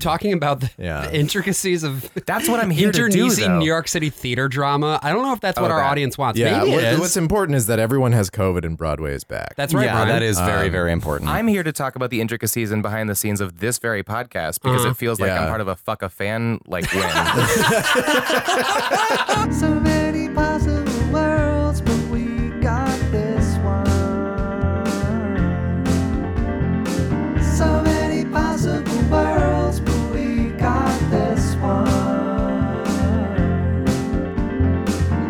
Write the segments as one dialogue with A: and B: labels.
A: talking about the,
B: Yeah.
A: the intricacies of
C: That's what I'm here to do,
A: internecine
C: though.
A: New York City theater drama. I don't know if that's what our
C: that-
A: audience wants.
B: Yeah,
A: Maybe it
B: what-
A: is.
B: what's important is that everyone has COVID and Broadway is back.
A: that's right.
D: yeah,
A: Brian.
D: that is very, very important.
C: I'm here to talk about the intricacies and behind the scenes of this very podcast because
D: Mm-hmm.
C: it feels like I'm
B: Yeah.
C: part of a fuck a fan like win.
E: So many possible worlds, but we got this one. So many possible worlds, but we got this one.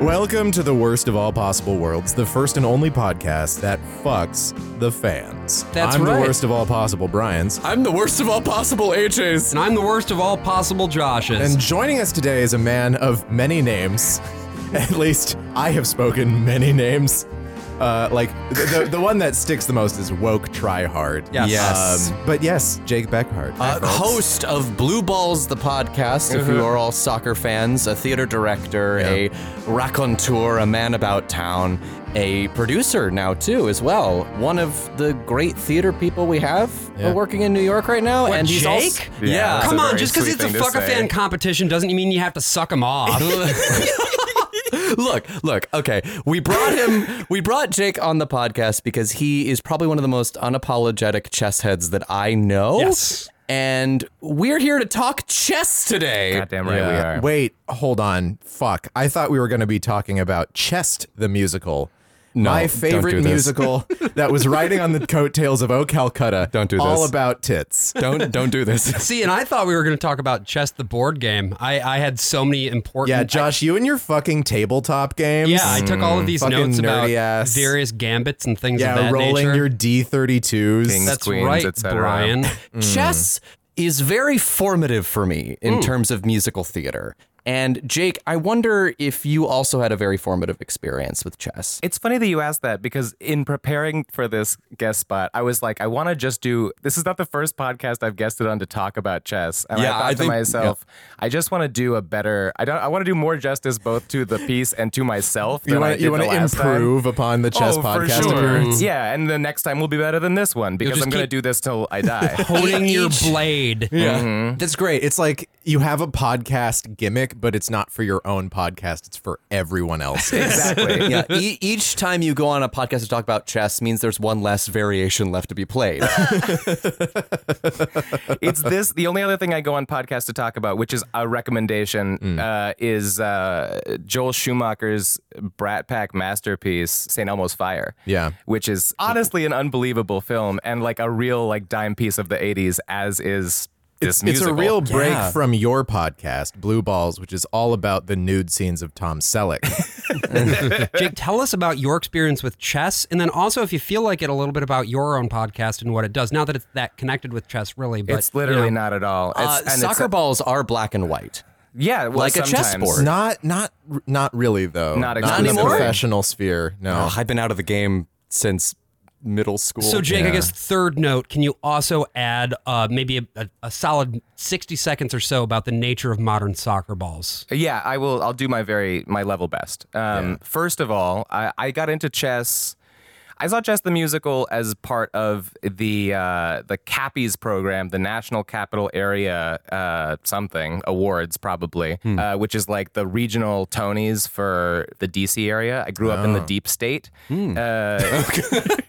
B: Welcome to the worst of all possible worlds, the first and only podcast that fucks the fans.
A: That's
B: I'm
A: right.
B: the worst of all possible Brians. I'm the worst of all possible HAs.
A: and I'm the worst of all possible Joshes.
B: And joining us today is a man of many names. At least I have spoken many names. Uh, like the, the, the one that sticks the most is woke try hard.
A: Yes.
D: Yes.
B: but yes, Jake Beckhart.
D: Uh,
C: oh,
D: host of Blue Balls, the podcast, if
C: Mm-hmm.
D: you are all soccer fans, a theater director, a raconteur, a man about town, a producer now, too, as well. One of the great theater people we have
B: Yeah.
D: uh, working in New York right now.
A: What,
D: and he's also-
A: Jake?
C: Yeah,
D: yeah.
C: that's
A: Come
C: a
A: on,
C: very
A: just because
C: sweet
A: it's a
C: thing to
A: fuck a
C: say.
A: fan competition doesn't mean you have to suck them off.
D: look, look, okay. We brought him we brought Jake on the podcast because he is probably one of the most unapologetic chess heads that I know.
A: Yes.
D: And we're here to talk chess today.
C: Goddamn right
B: Yeah.
C: we are.
B: Wait, hold on. Fuck. I thought we were going to be talking about Chest the musical. My
D: don't
B: favorite
D: do this.
B: musical that was riding on the coattails of Oh Calcutta.
D: Don't do
B: All
D: this.
B: about tits.
D: Don't don't do this.
A: See, and I thought we were going to talk about chess, the board game. I, I had so many important.
B: Yeah, Josh, you and your fucking tabletop games.
A: yeah, I took
C: Mm,
A: all of these
B: Fucking
A: notes about
B: nerdy ass.
A: various gambits and things of
B: yeah,
A: that
B: rolling
A: nature.
B: your D32s.
C: Kings.
A: That's
C: queens,
A: right,
C: et cetera.
A: Brian.
C: Mm.
D: Chess is very formative for me in terms of musical theater. And Jake, I wonder if you also had a very formative experience with chess.
C: It's funny that you asked that because in preparing for this guest spot, I was like, I want to just do. This is not the first podcast I've guested on to talk about chess, and
D: Yeah,
C: I thought
D: I
C: to
D: think-
C: myself, I just want to do a better. I don't. I want to do more justice both to the piece and to myself.
B: You
C: than I
B: want
C: did
B: you want
C: the
B: to
C: last time.
B: improve upon the chess
C: oh,
B: podcast
C: for sure.
B: appearance.
C: Yeah, and the next time will be better than this one because
A: just
C: I'm going to
A: keep-
C: do this till I die.
A: Holding your
D: Each-
A: blade.
B: Yeah,
C: Mm-hmm.
B: that's great. It's like you have a podcast gimmick, but it's not for your own podcast. It's for everyone else.
C: exactly.
D: yeah, e- each time you go on a podcast to talk about chess means there's one less variation left to be played.
C: it's this the only other thing i go on podcast to talk about which is a recommendation
B: Mm.
C: uh, is uh, joel schumacher's brat pack masterpiece st elmo's fire
B: Yeah.
C: which is honestly an unbelievable film and like a real like dime piece of the 80s as is this
B: it's, it's
C: musical.
B: a real break
D: Yeah.
B: from your podcast, Blue Balls, which is all about the nude scenes of Tom Selleck.
A: Jake, tell us about your experience with chess, and then also, if you feel like it, a little bit about your own podcast and what it does. Not that it's that connected with chess, really, but
C: it's literally
A: you know,
C: not at all it's,
D: Uh,
C: and it's
D: soccer
C: a-
D: balls are black and white.
C: yeah well,
D: like a
C: sometimes.
D: chess board.
B: not not not really though.
C: Not
B: in the
C: exclusively.
B: professional sphere. No.
D: Ugh, I've been out of the game since middle school.
A: So, Jake, I guess third note, can you also add uh, maybe a, a, a solid sixty seconds or so about the nature of modern soccer balls?
C: Yeah, I will. I'll do my very my level best. Um, First of all, I, I got into chess. I saw Chess the Musical as part of the uh, the CAPES program, the National Capital Area uh, something awards, probably, uh, which is like the regional Tonys for the DC area. I grew up in the Deep State. Uh,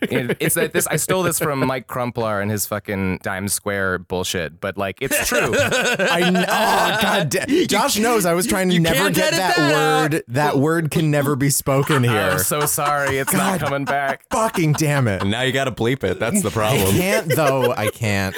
C: it- it's like this. I stole this from Mike Crumpler and his fucking Dime Square bullshit, but like it's true.
B: I kn- oh god da- Josh knows I was trying to never
A: can't
B: get
A: edit
B: that,
A: that out.
B: word. That word can never be spoken here.
C: I'm so sorry, it's not coming back.
B: Fucking damn it.
D: now you got to bleep it. That's the
B: I
D: problem.
B: can't though. I can't.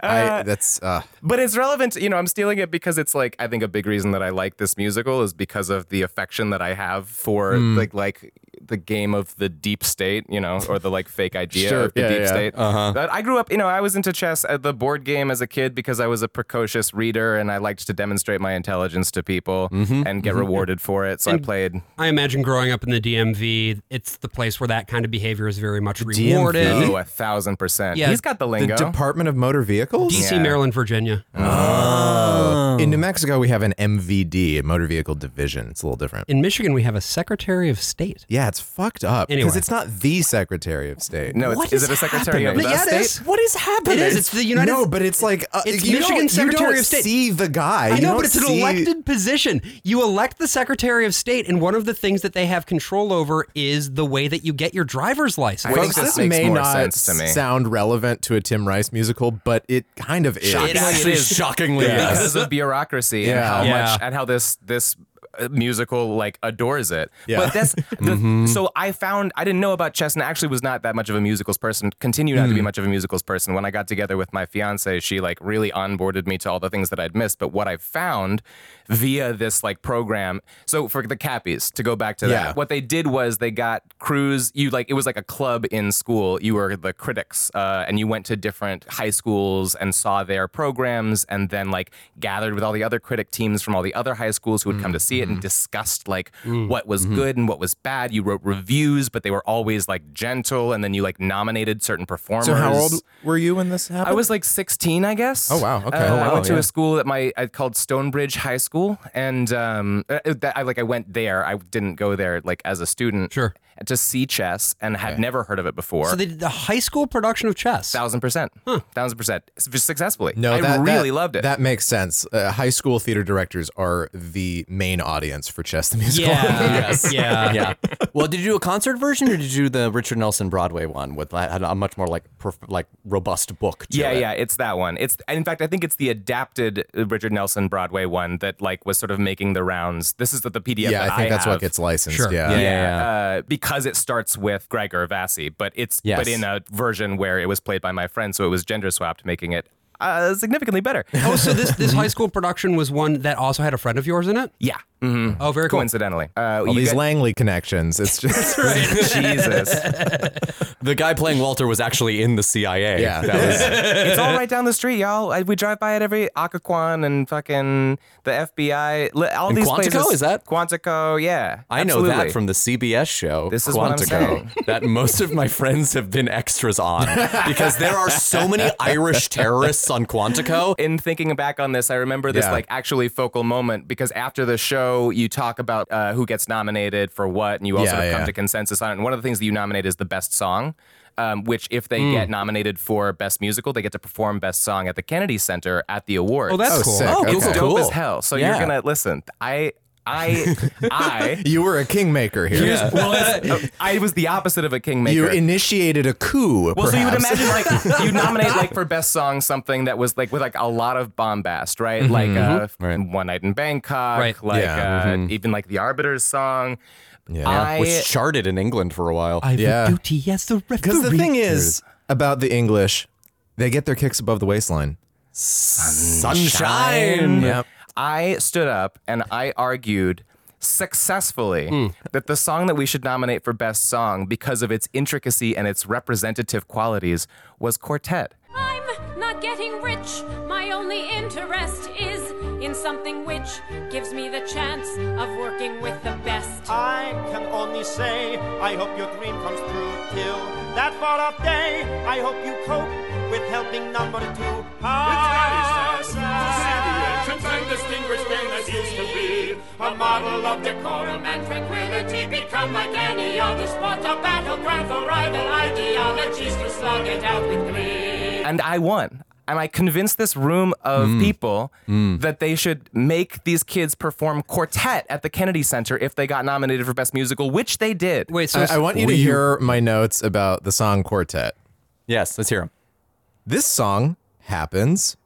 B: I that's uh
C: But it's relevant. You know, I'm stealing it because it's like I think a big reason that I like this musical is because of the affection that I have for
B: Hmm.
C: like like the game of the deep state, you know, or the like fake idea
B: Sure.
C: of the
B: Yeah,
C: deep
B: yeah.
C: state. Uh-huh. But I grew up, you know, I was into chess at the board game as a kid because I was a precocious reader and I liked to demonstrate my intelligence to people
B: Mm-hmm.
C: and get rewarded for it. So I played.
A: I imagine growing up in the DMV, it's the place where that kind of behavior is very much
B: DMV?
A: rewarded.
C: Oh, a thousand percent.
A: Yeah.
C: He's got the
B: the
C: lingo.
B: Department of Motor Vehicles?
A: DC,
C: Yeah.
A: Maryland, Virginia.
B: Oh. in New Mexico, we have an MVD, a motor vehicle division. It's a little different.
A: In Michigan, we have a Secretary of State.
B: yeah, it's fucked up because
A: Anyway.
B: it's not the Secretary of State.
C: No, it's, is, it a secretary of the
B: Yeah, it
C: state?
A: is.
D: What is happening?
A: It is. It's the United.
B: no, but it's like uh,
A: It's
B: you
A: Michigan
B: don't, you
A: Secretary
B: don't
A: of State.
B: See the guy.
A: I
B: You
A: know,
B: don't
A: but it's an
B: see-
A: elected position. You elect the Secretary of State, and one of the things that they have control over is the way that you get your driver's license.
C: I think
B: Folks,
C: this
B: this,
C: makes
B: may
C: more
B: not
C: sense to me.
B: sound relevant to a Tim Rice musical, but it kind of is.
A: Shocking.
D: It actually is shockingly yes.
C: because of bureaucracy and
B: Yeah.
C: how
A: Yeah.
C: much and how this this uh, musical like adores it.
B: Yeah.
C: But that's the, so I found I didn't know about chess and I actually was not that much of a musicals person. Continue not to be much of a musicals person. When I got together with my fiance, she like really onboarded me to all the things that I'd missed. But what I found via this like program, so for the Cappies to go back to
B: Yeah.
C: that, what they did was they got crews. You like it was like a club in school. You were the critics, uh, and you went to different high schools and saw their programs, and then like gathered with all the other critic teams from all the other high schools who would come to see it
B: Mm-hmm.
C: and discussed like
B: Mm.
C: what was good and what was bad. You wrote reviews, but they were always like gentle, and then you like nominated certain performers.
B: So how old were you when this happened?
C: I was like 16, I guess.
B: Oh, wow. Okay.
C: Uh,
B: Oh, wow,
C: I went to
B: yeah.
C: a school that my I called Stonebridge High School, and um, uh, that, I like I went there. I didn't go there like as a student.
A: Sure.
C: To see chess and had never heard of it before.
A: So they did the high school production of chess.
C: thousand percent. Thousand percent. S- Successfully.
B: No,
C: I
B: that,
C: really
B: that-
C: loved it.
B: That makes sense. Uh, high school theater directors are the main audience for Chess the
A: yeah,
B: Musical.
A: yeah,
D: yeah. Well, did you do a concert version or did you do the Richard Nelson Broadway one with that had a much more like perf- like robust book? To
C: yeah,
D: it?
C: yeah, it's that one. It's and in fact, I think it's the adapted uh, Richard Nelson Broadway one that like was sort of making the rounds. This is the, the PDF.
B: yeah,
C: that
B: I think that's
C: have.
B: what gets licensed.
A: Sure.
B: Yeah.
D: Yeah,
C: Yeah, uh, because it starts with Gregor Vassi, but it's
D: Yes.
C: but in a version where it was played by my friend, so it was gender swapped, making it uh, significantly better.
A: Oh, so this this high school production was one that also had a friend of yours in it.
C: yeah, hmm
B: Mm-hmm.
A: Oh, very cool.
C: coincidentally, uh,
B: All
C: you
B: these
C: get-
B: Langley connections. It's just
C: Jesus,
D: The guy playing Walter was actually in the CIA.
B: Yeah.
D: That was-
C: it's all right down the street, y'all. I, we drive by it every Occoquan and fucking the FBI. li- All
D: And
C: these
D: Quantico,
C: places.
D: is that-
C: Quantico? Yeah,
D: I know
C: absolutely.
D: that from the CBS show.
C: This is what I'm saying.
D: that most of my friends have been extras on because there are so many Irish terrorists on Quantico.
C: in thinking back on this, I remember this
B: Yeah.
C: like actually focal moment because after the show, you talk about uh, who gets nominated for what, and you all
B: Yeah,
C: sort of come
B: yeah.
C: to consensus on it. And one of the things that you nominate is the best song, um, which if they
B: Hmm.
C: get nominated for best musical, they get to perform best song at the Kennedy Center at the awards.
A: Oh, that's
B: Oh,
A: cool.
B: sick.
A: Oh,
B: Okay.
C: it's dope
D: Cool.
C: as hell. So
D: Yeah.
C: you're gonna listen. I, I, I.
B: you were a kingmaker here.
C: I was the opposite of a kingmaker.
B: You initiated a coup.
C: Well, so you would
B: perhaps.
C: imagine like you nominate like for best song something that was like with like a lot of bombast, right?
B: Mm-hmm.
C: Like uh, One Night in Bangkok,
A: Right.
C: like
B: Yeah. Mm-hmm.
C: uh, even like the Arbiter's song.
B: Yeah.
C: I,
D: Which charted in England for a while.
A: Ivy
B: Yeah.
A: Duty as the referee.
B: Because the thing is about the English, they get their kicks above the waistline.
D: Sunshine.
B: Yep.
C: I stood up and I argued successfully
B: Hmm.
C: that the song that we should nominate for best song because of its intricacy and its representative qualities was Quartet.
F: I'm not getting rich. My only interest is in something which gives me the chance of working with the best.
G: I can only say, I hope your dream comes true till that far off day. I hope you cope with helping number two. It's very sad to see the ancient and distinguished thing that used to be a model of decorum and tranquility become like any other sport, a battleground for rival ideologies to slug it out with glee.
C: and I won. And I convinced this room of people that they should make these kids perform quartet at the Kennedy Center if they got nominated for Best Musical, which they did.
A: Wait, so
B: I, I want you to hear my notes about the song quartet.
D: Yes, let's hear him.
B: This song happens.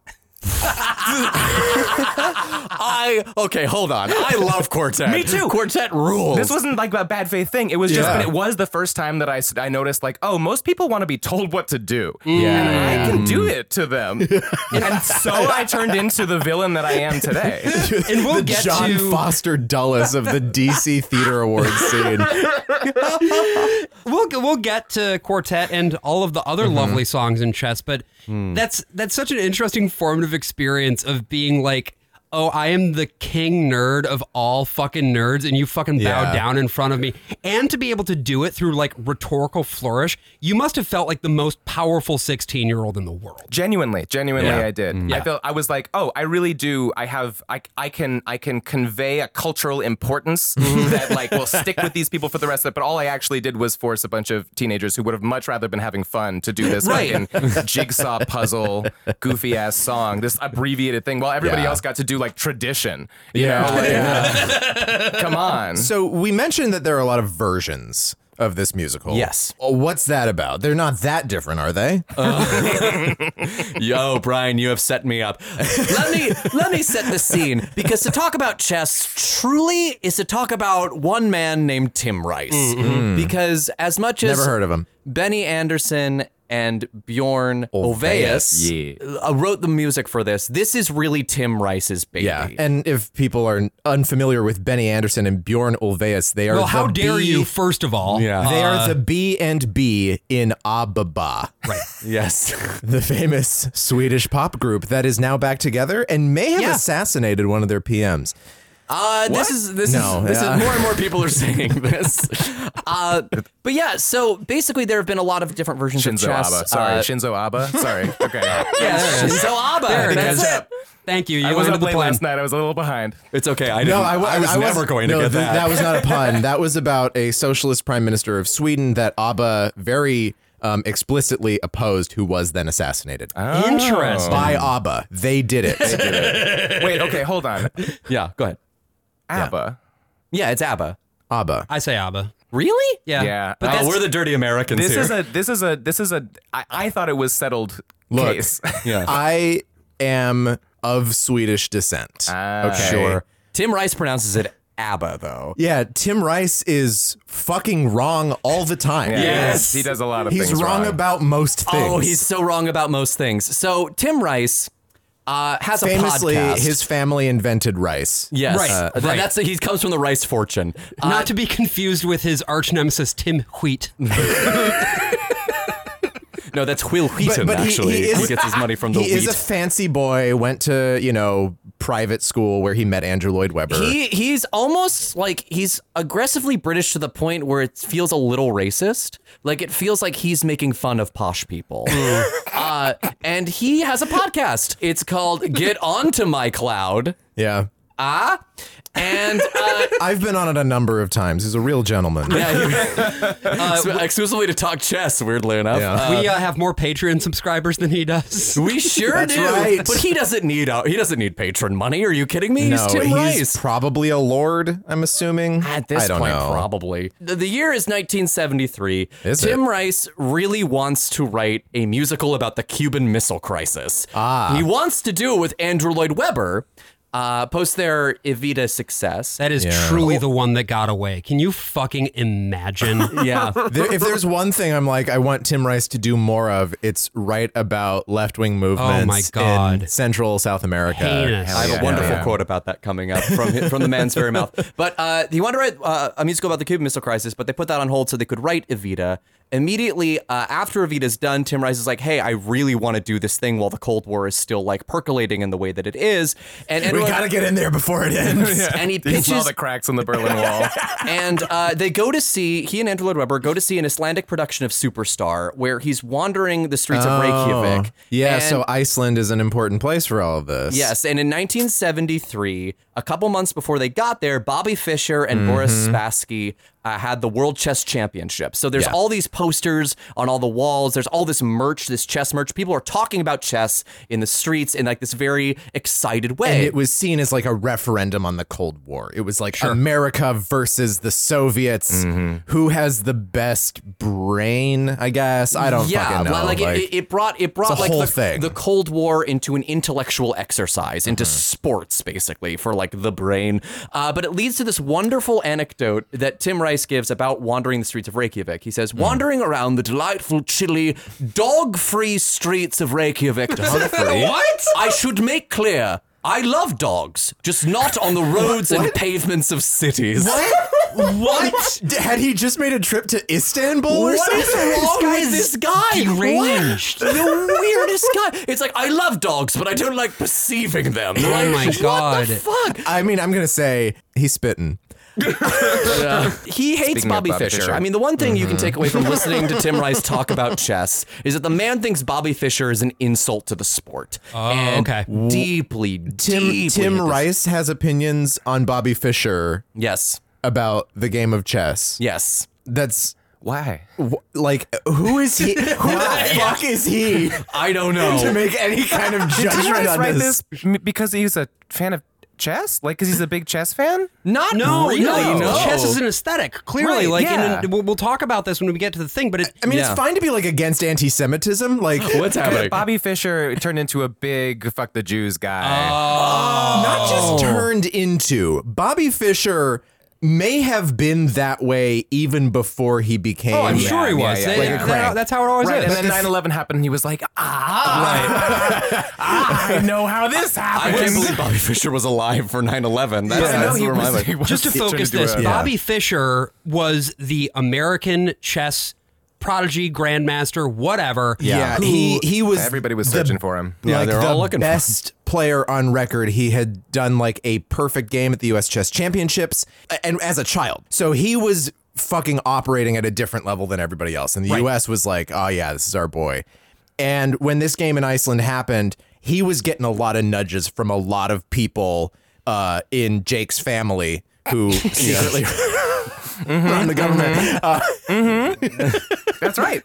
D: I okay, hold on. I love quartet.
C: Me too.
D: Quartet rules.
C: This wasn't like a bad faith thing. It was just,
B: Yeah.
C: but it was the first time that I, s- I noticed, like, oh, most people want to be told what to do. And I can do it to them. and so I turned into the villain that I am today.
A: and we'll
B: the
A: get
B: John
A: to
B: Foster Dulles of the DC Theater Awards scene.
A: we'll we'll get to quartet and all of the other
C: Mm-hmm.
A: lovely
C: Hmm.
A: songs in chess, but that's that's such an interesting formative experience of being like. oh, I am the king nerd of all fucking nerds, and you fucking bow
B: Yeah.
A: down in front of me. And to be able to do it through like rhetorical flourish, you must have felt like the most powerful 16 year old in the world.
C: genuinely genuinely
A: Yeah.
C: i did i felt i was like oh i really do i have i, I can i can convey a cultural importance that like will stick with these people for the rest of it but all i actually did was force a bunch of teenagers who would have much rather been having fun to do this
A: Right.
C: fucking jigsaw puzzle goofy ass song this abbreviated thing while everybody
B: Yeah.
C: else got to do like tradition you
B: Yeah.
C: know like, come on
B: So we mentioned that there are a lot of versions of this musical.
D: Yes.
B: Oh, What's that about? They're not that different, are they?
D: Yo, Brian, you have set me up. Let me let me set the scene because to talk about chess truly is to talk about one man named Tim Rice. Because as much as
B: Mm-hmm. Never heard of him.
D: Benny Anderson and Bjorn Ulvaeus uh, wrote the music for this. This is really Tim Rice's baby.
B: Yeah. And if people are unfamiliar with Benny Anderson and Bjorn Ulvaeus, they are
A: Well, how
B: the
A: dare
B: B-
A: you, first of all? Uh,
D: Yeah. Uh,
B: They are the B and B in Ababa. Right.
D: yes.
B: the famous Swedish pop group that is now back together and may have
A: Yeah.
B: assassinated one of their PMs.
D: Uh, this is this
B: No,
D: is this
B: yeah.
D: is more and more people are saying this. Uh, but yeah, so basically there have been a lot of different versions
C: Shinzo
D: of chess.
C: Abba. Sorry,
D: uh,
C: Shinzo Abba. Sorry. Okay.
D: yeah, Shinzo Abba.
A: There it
D: That's
A: is.
D: it.
A: Thank you. You
C: I was
A: ended
C: up
A: the
C: late
A: plan.
C: last night. I was a little behind.
D: It's okay. I
B: No, I wa-
D: I was
B: I
D: never going to
B: no,
D: get
B: th-
D: that.
B: That was not a pun. that was about a socialist prime minister of Sweden that Abba very um, explicitly opposed, who was then assassinated
D: Oh.
A: Interesting.
B: by Abba. They did it.
C: Wait. Okay. Hold on.
D: yeah, go ahead.
C: Abba.
D: Yeah, it's Abba.
B: Abba.
A: I say ABBA.
D: Really?
A: Yeah.
C: Yeah.
A: But
C: Oh,
A: that's,
D: the dirty Americans
C: This is a. This is a. This is a. I, I thought it was settled
B: Look.
C: case.
D: yeah.
B: I am of Swedish descent.
C: Ah.
D: Sure. Tim Rice pronounces it Abba though.
B: Yeah, Tim Rice is fucking wrong all the time.
C: Yeah, he
D: Yes.
C: does- He does a lot of
B: He's
C: things
B: wrong,
C: wrong,
B: about most things.
D: Oh, he's so wrong about most things. So Tim Rice uh, has
B: famously
D: a podcast.
B: his family invented rice.
D: yes,
A: Right,
D: Uh, th-
A: right.
D: That's he comes from the Rice fortune. Uh,
A: not to be confused with his arch nemesis, Tim Wheat. Uh,
D: no, that's Will Wheaton.
B: but he- he
D: actually, he,
B: is-
D: gets his money from the
B: he
D: wheat.
B: is a fancy boy. Went to you know private school where he met Andrew Lloyd Webber.
D: He he's almost like he's aggressively British to the point where it feels a little racist. Like it feels like he's making fun of posh people. uh, and he has a podcast. It's called "Get Onto My Cloud."
B: yeah,
D: Ah, and uh,
B: I've been on it a number of times. He's a real gentleman.
D: yeah, he- uh, exclusively to talk chess. Weirdly enough.
B: Yeah.
D: Uh,
A: we uh, have more Patreon subscribers than he does.
D: we sure
B: That's
D: do,
B: right.
D: but he doesn't need uh, he doesn't need patron money. Are you kidding me?
B: No,
D: he's Tim
B: he's
D: Rice.
B: probably a lord. I'm assuming.
D: At this
B: I don't
D: point,
B: know.
D: probably. The, the year is 1973.
B: Is
D: Tim
B: it?
D: Rice really wants to write a musical about the Cuban Missile Crisis. Ah. He wants to do it with Andrew Lloyd Webber. Uh, post their Evita success.
A: That is truly the one that got away. Can you fucking imagine?
D: yeah.
B: There- if there's one thing I'm like, I want Tim Rice to do more of, it's write about left wing
D: Oh
B: movements in
A: God.
B: Central South America.
A: Heinous.
B: Hell
D: I have
B: yeah.
D: a wonderful
B: Yeah.
D: quote about that coming up from from the man's very mouth. But uh, he wanted to write uh, a musical about the Cuban Missile Crisis, but they put that on hold so they could write Evita. Immediately uh, after Evita's done, Tim Rice is like, "Hey, I really want to do this thing while the Cold War is still like percolating in the way that it is." And and,
B: We gotta get in there before it ends.
D: and he
C: He saw
D: pitches
C: the cracks in the Berlin Wall.
D: and uh, they go to see he and Andrew Lloyd Webber go to see an Icelandic production of Superstar, where he's wandering the streets of Reykjavik.
B: Oh, Yeah,
D: And-
B: so Iceland is an important place for all of this.
D: Yes, and in 1973, a couple months before they got there, Bobby Fischer and
B: Mm-hmm.
D: Boris Spassky uh, had the World Chess Championship. So there's
B: Yeah.
D: all these posters on all the walls. There's all this merch, this chess merch. People are talking about chess in the streets in like this very excited way.
B: And it was seen as like a referendum on the Cold War. It was like America versus the Soviets.
C: Mm-hmm.
B: Who has the best brain, I guess? I don't
D: yeah,
B: fucking know.
D: well, like, it- it, it brought it brought
B: a
D: like
B: whole
D: the,
B: thing. Mm-hmm.
D: the Cold War into an intellectual exercise, into sports basically for like the brain. Uh, but it leads to this wonderful anecdote that Tim Rice gives about wandering the streets of Reykjavik. He
B: Mm.
D: says, "Wandering around the delightful, chilly, dog-free streets of Reykjavik, what? I should make clear." I love dogs, just not on the roads and pavements of cities.
B: What? What? Had he just made a trip to Istanbul or
D: What
B: something?
D: is wrong with this guy?
A: deranged.
D: What? The weirdest guy. It's like I love dogs, but I don't like perceiving them. Like,
A: my
D: What
A: God.
D: the fuck?
B: I mean, I'm gonna say he's spitting.
D: He hates
C: Speaking of
D: Bobby
C: Bobby
D: Fischer.
C: Fischer.
D: I mean, the one thing you can take away from listening to Tim Rice talk about chess is that the man thinks Bobby Fischer is an insult to the sport. Oh, and
A: okay.
D: Deeply, deeply.
B: Tim, Tim
D: at this-
B: Rice has opinions on Bobby Fischer
D: Yes.
B: about the game of chess.
D: Yes.
B: That's
C: Why?
B: wh- like, who is he? Who the fuck is he
D: I don't know.
B: to make any kind of
C: Did
B: judgment
C: Rice
B: on
C: write
B: this?
C: this m- because he's a fan of chess? Like, because he's a big chess fan?
A: Not no,
D: really,
A: no,
D: no.
A: Chess is an aesthetic, clearly.
C: Right,
A: like,
C: yeah.
A: in a, we'll, we'll talk about this when we get to the thing. But it,
B: I mean,
D: Yeah.
B: it's fine to be like against anti-Semitism. Like,
D: What's happening?
C: Bobby Fischer turned into a big fuck the Jews guy.
B: not
A: Oh.
B: just turned into Bobby Fischer may have been that way even before he became.
A: oh, I'm sure he
C: yeah,
A: was.
C: yeah,
A: That-
C: like a
A: that-
B: crank.
A: that's how it always
C: right.
A: is.
C: And then 9 11 happened and he was like, ah. I know how this
D: I
C: happened.
D: can't believe Bobby Fischer was alive for 9 11. That's,
C: Yeah, I know
D: that's
C: he
D: where my
C: was-
D: mind
C: he
D: went.
A: just
C: was-
A: to
C: It turned
A: focus
C: into
A: this,
C: a-
A: Bobby Fischer was the American chess prodigy, grandmaster, whatever.
B: Yeah,
A: who-
B: he he was.
C: Everybody was
B: the-
C: searching for him.
D: Yeah,
B: like
D: they're
B: the
D: all looking for him.
B: best player on record. He had done like a perfect game at the U.S. Chess Championships, a- and as a child, so he was fucking operating at a different level than everybody else. And the U.S. was like, "Oh yeah, this is our boy." And when this game in Iceland happened, he was getting a lot of nudges from a lot of people uh, in Jake's family who secretly run the government.
D: Mm-hmm.
B: Uh,
C: That's right.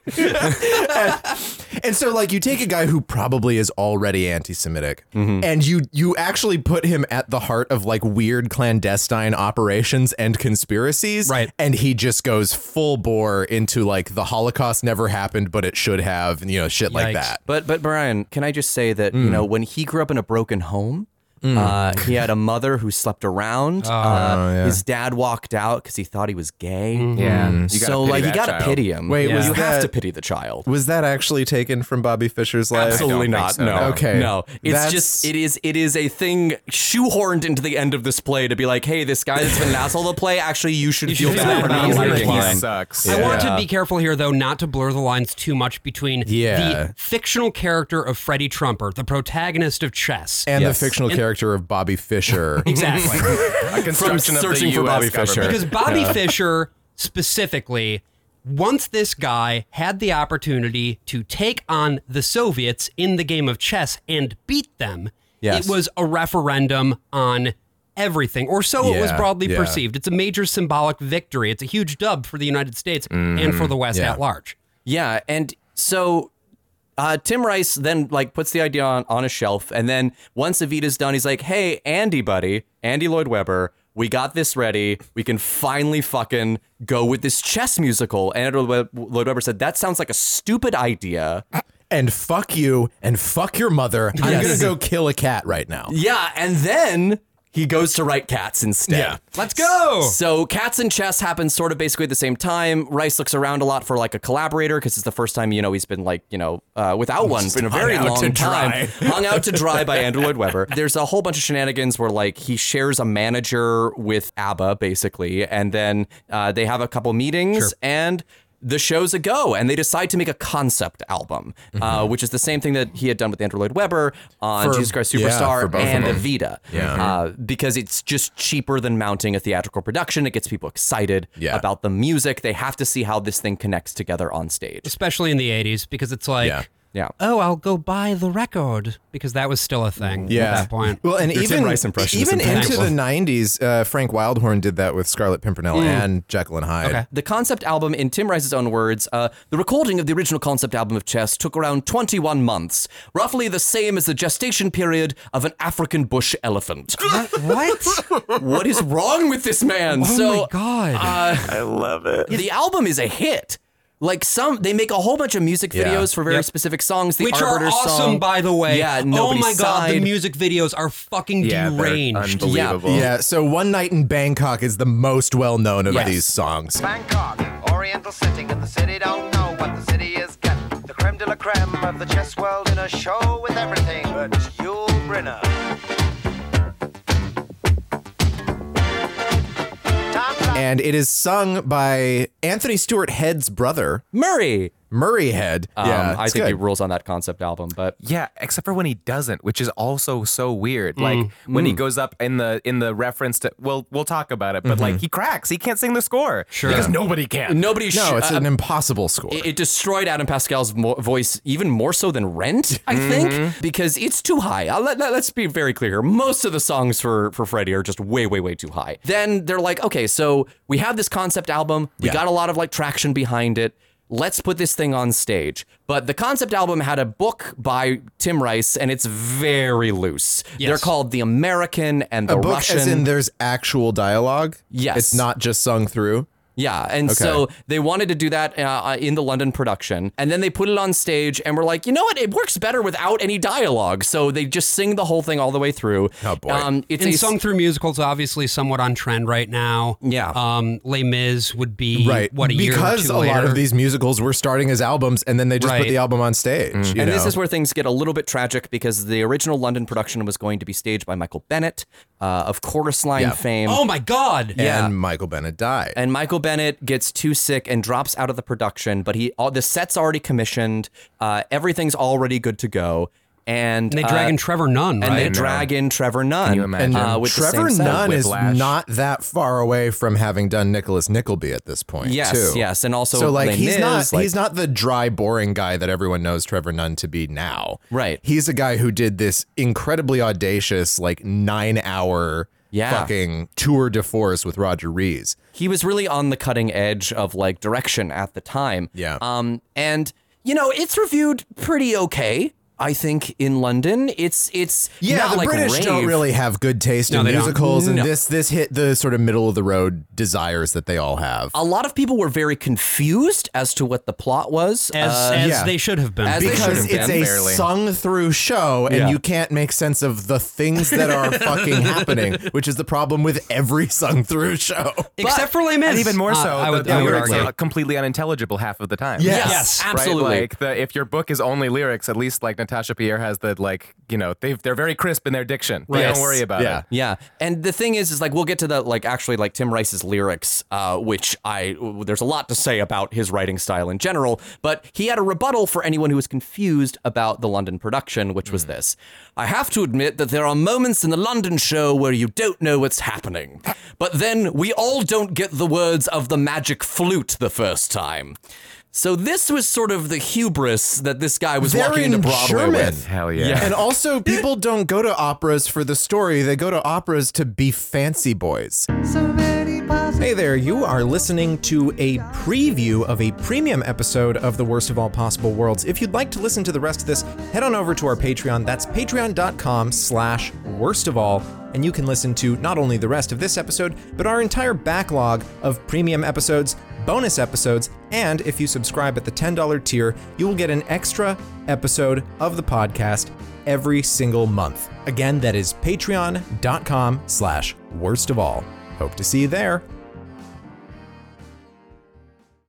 B: And so like you take a guy who probably is already anti-Semitic
D: Mm-hmm.
B: and you you actually put him at the heart of like weird clandestine operations and conspiracies.
A: Right.
B: And he just goes full bore into like the Holocaust never happened, but it should have, and you know, shit
A: Yikes.
B: like that.
D: But but Brian, can I just say that you know when he grew up in a broken home, uh, he had a mother who slept around. uh, His dad walked out because he thought he was gay.
C: Yeah. You gotta
D: So
C: pity
D: like you
C: that
D: gotta
C: child.
D: pity him.
B: Wait,
D: you
B: was
D: have
B: that-
D: to pity the child.
B: Was that actually taken from Bobby Fisher's life?
D: Absolutely
C: think
D: not.
C: so,
D: no.
C: no.
B: Okay.
D: No. It's
B: That's-
D: just it is it is a thing shoehorned into the end of this play to be like, hey, this guy that's been an asshole to play. Actually, you should feel
A: should feel
D: bad for
A: bad
D: not
A: about him.
D: liking
A: Like,
C: He
D: him.
C: sucks.
A: I want to be careful here, though, not to blur the lines too much between
B: Yeah.
A: the fictional character of Freddie Trumper, the protagonist of chess.
B: and
D: Yes.
B: the fictional character of Bobby Fisher.
A: exactly.
C: A construction of the
D: searching for
C: US
D: Bobby
C: government.
D: Fischer.
A: because Bobby Fischer specifically, once this guy had the opportunity to take on the Soviets in the game of chess and beat them,
D: Yes.
A: it was a referendum on everything, or so it was
B: Yeah,
A: broadly
B: yeah.
A: perceived. It's a major symbolic victory. It's a huge dub for the United States and for the West
B: Mm, yeah.
A: at large.
D: Yeah, and so uh, Tim Rice then like puts the idea on, on a shelf, and then once Evita's done, he's like, "Hey, Andy, buddy, Andy Lloyd Webber, we got this ready. We can finally fucking go with this chess musical." And Andy Lloyd Web- Lloyd Webber said, "That sounds like a stupid idea."
B: and fuck you and fuck your mother. I'm
D: Yes.
B: gonna go kill a cat right now.
D: Yeah, and then he goes to write Cats instead.
B: Yeah.
A: Let's go.
D: So cats and chess happen sort of basically at the same time. Rice looks around a lot for like a collaborator because it's the first time you know he's been like you know uh, without one in a very
B: hung out to
D: long
B: dry.
D: time. hung out to dry by Andrew Lloyd Webber. There's a whole bunch of shenanigans where like he shares a manager with ABBA basically, and then uh, they have a couple meetings and. The show's a go, and they decide to make a concept album,
B: Mm-hmm.
D: uh, which is the same thing that he had done with Andrew Lloyd Webber on
B: For-
D: Jesus Christ
B: yeah,
D: Superstar
B: for both of
D: and
B: them.
D: Evita.
B: Yeah.
D: Uh, because it's just cheaper than mounting a theatrical production. It gets people excited
B: Yeah.
D: about the music. They have to see how this thing connects together on stage.
A: Especially in the 80s, because it's like,
B: Yeah.
D: Yeah.
A: oh, I'll go buy the record, because that was still a thing at that point.
B: Well, and
D: Your Tim
B: even
D: Rice impression is
B: even into
D: impeccable.
B: the '90s, uh, Frank Wildhorn did that with Scarlet Pimpernel
D: Mm.
B: and Jekyll and Hyde.
A: Okay.
D: The concept album, in Tim Rice's own words, uh, the recording of the original concept album of Chess took around 21 months, roughly the same as the gestation period of an African bush elephant.
A: what?
D: what is wrong with this man?
A: Oh
D: so,
A: my god.
D: the album is a hit. Like some, they make a whole bunch of music
B: Yeah.
D: videos for very
A: Yep.
D: specific songs. The
A: which
D: Arbiter
A: are awesome,
D: song.
A: by the way.
D: Yeah,
A: Oh
D: nobody
A: my god, the
D: sighed.
A: music videos are fucking
C: Yeah, they're
A: deranged.
C: unbelievable.
B: Yeah. So One Night in Bangkok is the most well known of
D: Yes.
B: these songs.
H: Bangkok, Oriental sitting, and the city don't know what the city is getting. The creme de la creme of the chess world in a show with everything but Yul Brynner. Tom Clark
B: and it is sung by Anthony Stewart Head's brother,
D: Murray.
B: Murray Head.
D: Um,
B: yeah,
D: I
B: it's
D: think he
B: good.
D: rules on that concept album, but
C: Yeah, except for when he doesn't, which is also so weird.
D: Mm,
C: Like when he goes up in the in the reference to well, we'll talk about it, but like
D: Mm-hmm.
C: he cracks. He can't sing the score.
A: Sure.
C: Because nobody can.
D: nobody. Sh-
B: No, it's
D: uh,
B: an impossible score.
D: it, it destroyed Adam Pascal's mo- voice even more so than Rent, I
B: Mm-hmm.
D: think, because it's too high. Uh, let, us be very clear here. Most of the songs for for Freddie are just way, way, way too high. Then they're like, okay, so we have this concept album. We got a lot of like traction behind it. Let's put this thing on stage. But the concept album had a book by Tim Rice, and it's very loose. They're called The American and The
B: a book
D: Russian.
B: as in there's actual dialogue.
D: Yes.
B: It's not just sung through.
D: Yeah, and so they wanted to do that uh, in the London production, and then they put it on stage, and we're like, you know what? It works better without any dialogue. So they just sing the whole thing all the way through. Um,
B: Oh, boy.
D: it's
A: And
D: a
A: sung through musicals, obviously, somewhat on trend right now.
D: Yeah.
A: Um, Les Mis would be
B: Right.
A: What a year or
B: because
A: two
B: a lot
A: later.
B: of these musicals were starting as albums and then they just
A: Right.
B: put the album on stage. you
D: Mm. and
B: know?
D: this is where things get a little bit tragic because the original London production was going to be staged by Michael Bennett uh, of Chorus Line
B: Yeah.
D: fame.
A: Oh my God!
B: and
D: yeah.
B: Michael Bennett died.
D: and Michael Bennett gets too sick and drops out of the production. But he, all, the set's already commissioned. Uh, everything's already good to go.
A: And
D: And,
A: they drag
D: uh,
A: in Trevor Nunn,
D: and
A: right?
D: they drag in Trevor Nunn. Can
C: you imagine?
D: Uh, with the
B: Trevor
D: same set.
B: Nunn is
C: Whiplash.
B: not that far away from having done Nicholas Nickleby at this point.
D: Yes,
B: too.
D: yes, and also
B: so like
D: Les
B: he's
D: Mis,
B: not
D: like-
B: he's not the dry, boring guy that everyone knows Trevor Nunn to be now.
D: Right.
B: He's a guy who did this incredibly audacious, like nine hour
D: Yeah.
B: fucking tour de force with Roger Rees.
D: He was really on the cutting edge of like direction at the time.
B: Yeah.
D: Um, and you know, it's reviewed pretty okay. I think in London, it's it's
B: Yeah,
D: not
B: the
D: like
B: British
D: rave.
B: don't really have good taste in
A: they don't.
B: musicals, and
D: No.
B: this this hit the sort of middle of the road desires that they all have.
D: A lot of people were very confused as to what the plot was.
A: as
D: Uh,
A: as
B: yeah.
A: they should have been.
D: As they should
B: because
D: should've
B: it's
C: been,
B: a
C: barely.
B: sung through show and
D: Yeah.
B: you can't make sense of the things that are fucking happening, which is the problem with every sung through show.
A: Except for Les Mis,
C: And even more
A: Uh,
C: so,
A: I would,
C: the, the
A: I would
C: lyrics
A: argue.
C: are completely unintelligible half of the time.
B: Yes.
D: yes,
A: Yes.
C: Right?
D: absolutely.
C: Like the, if your book is only lyrics, at least like Natasha Pierre has the like, you know, they've they're very crisp in their diction. They
D: Yes.
C: Don't worry about
B: Yeah.
C: it.
D: Yeah, and the thing is, is like we'll get to the like actually like Tim Rice's lyrics, uh, which I w- there's a lot to say about his writing style in general. But he had a rebuttal for anyone who was confused about the London production, which was this: I have to admit that there are moments in the London show where you don't know what's happening, but then we all don't get the words of the magic flute the first time. So this was sort of the hubris that this guy was
B: They're
D: walking into
B: in
D: Broadway
B: Sherman.
D: with.
C: Hell yeah.
B: And also, people don't go to operas for the story, they go to operas to be fancy boys.
E: So many possible
B: Hey there, you are listening to a preview of a premium episode of The Worst of All Possible Worlds. If you'd like to listen to the rest of this, head on over to our Patreon. That's patreon.com slash worst of all. And you can listen to not only the rest of this episode, but our entire backlog of premium episodes, bonus episodes, and if you subscribe at the $10 tier, you will get an extra episode of the podcast every single month. Again, that is patreon.com slash worst of all. Hope to see you there.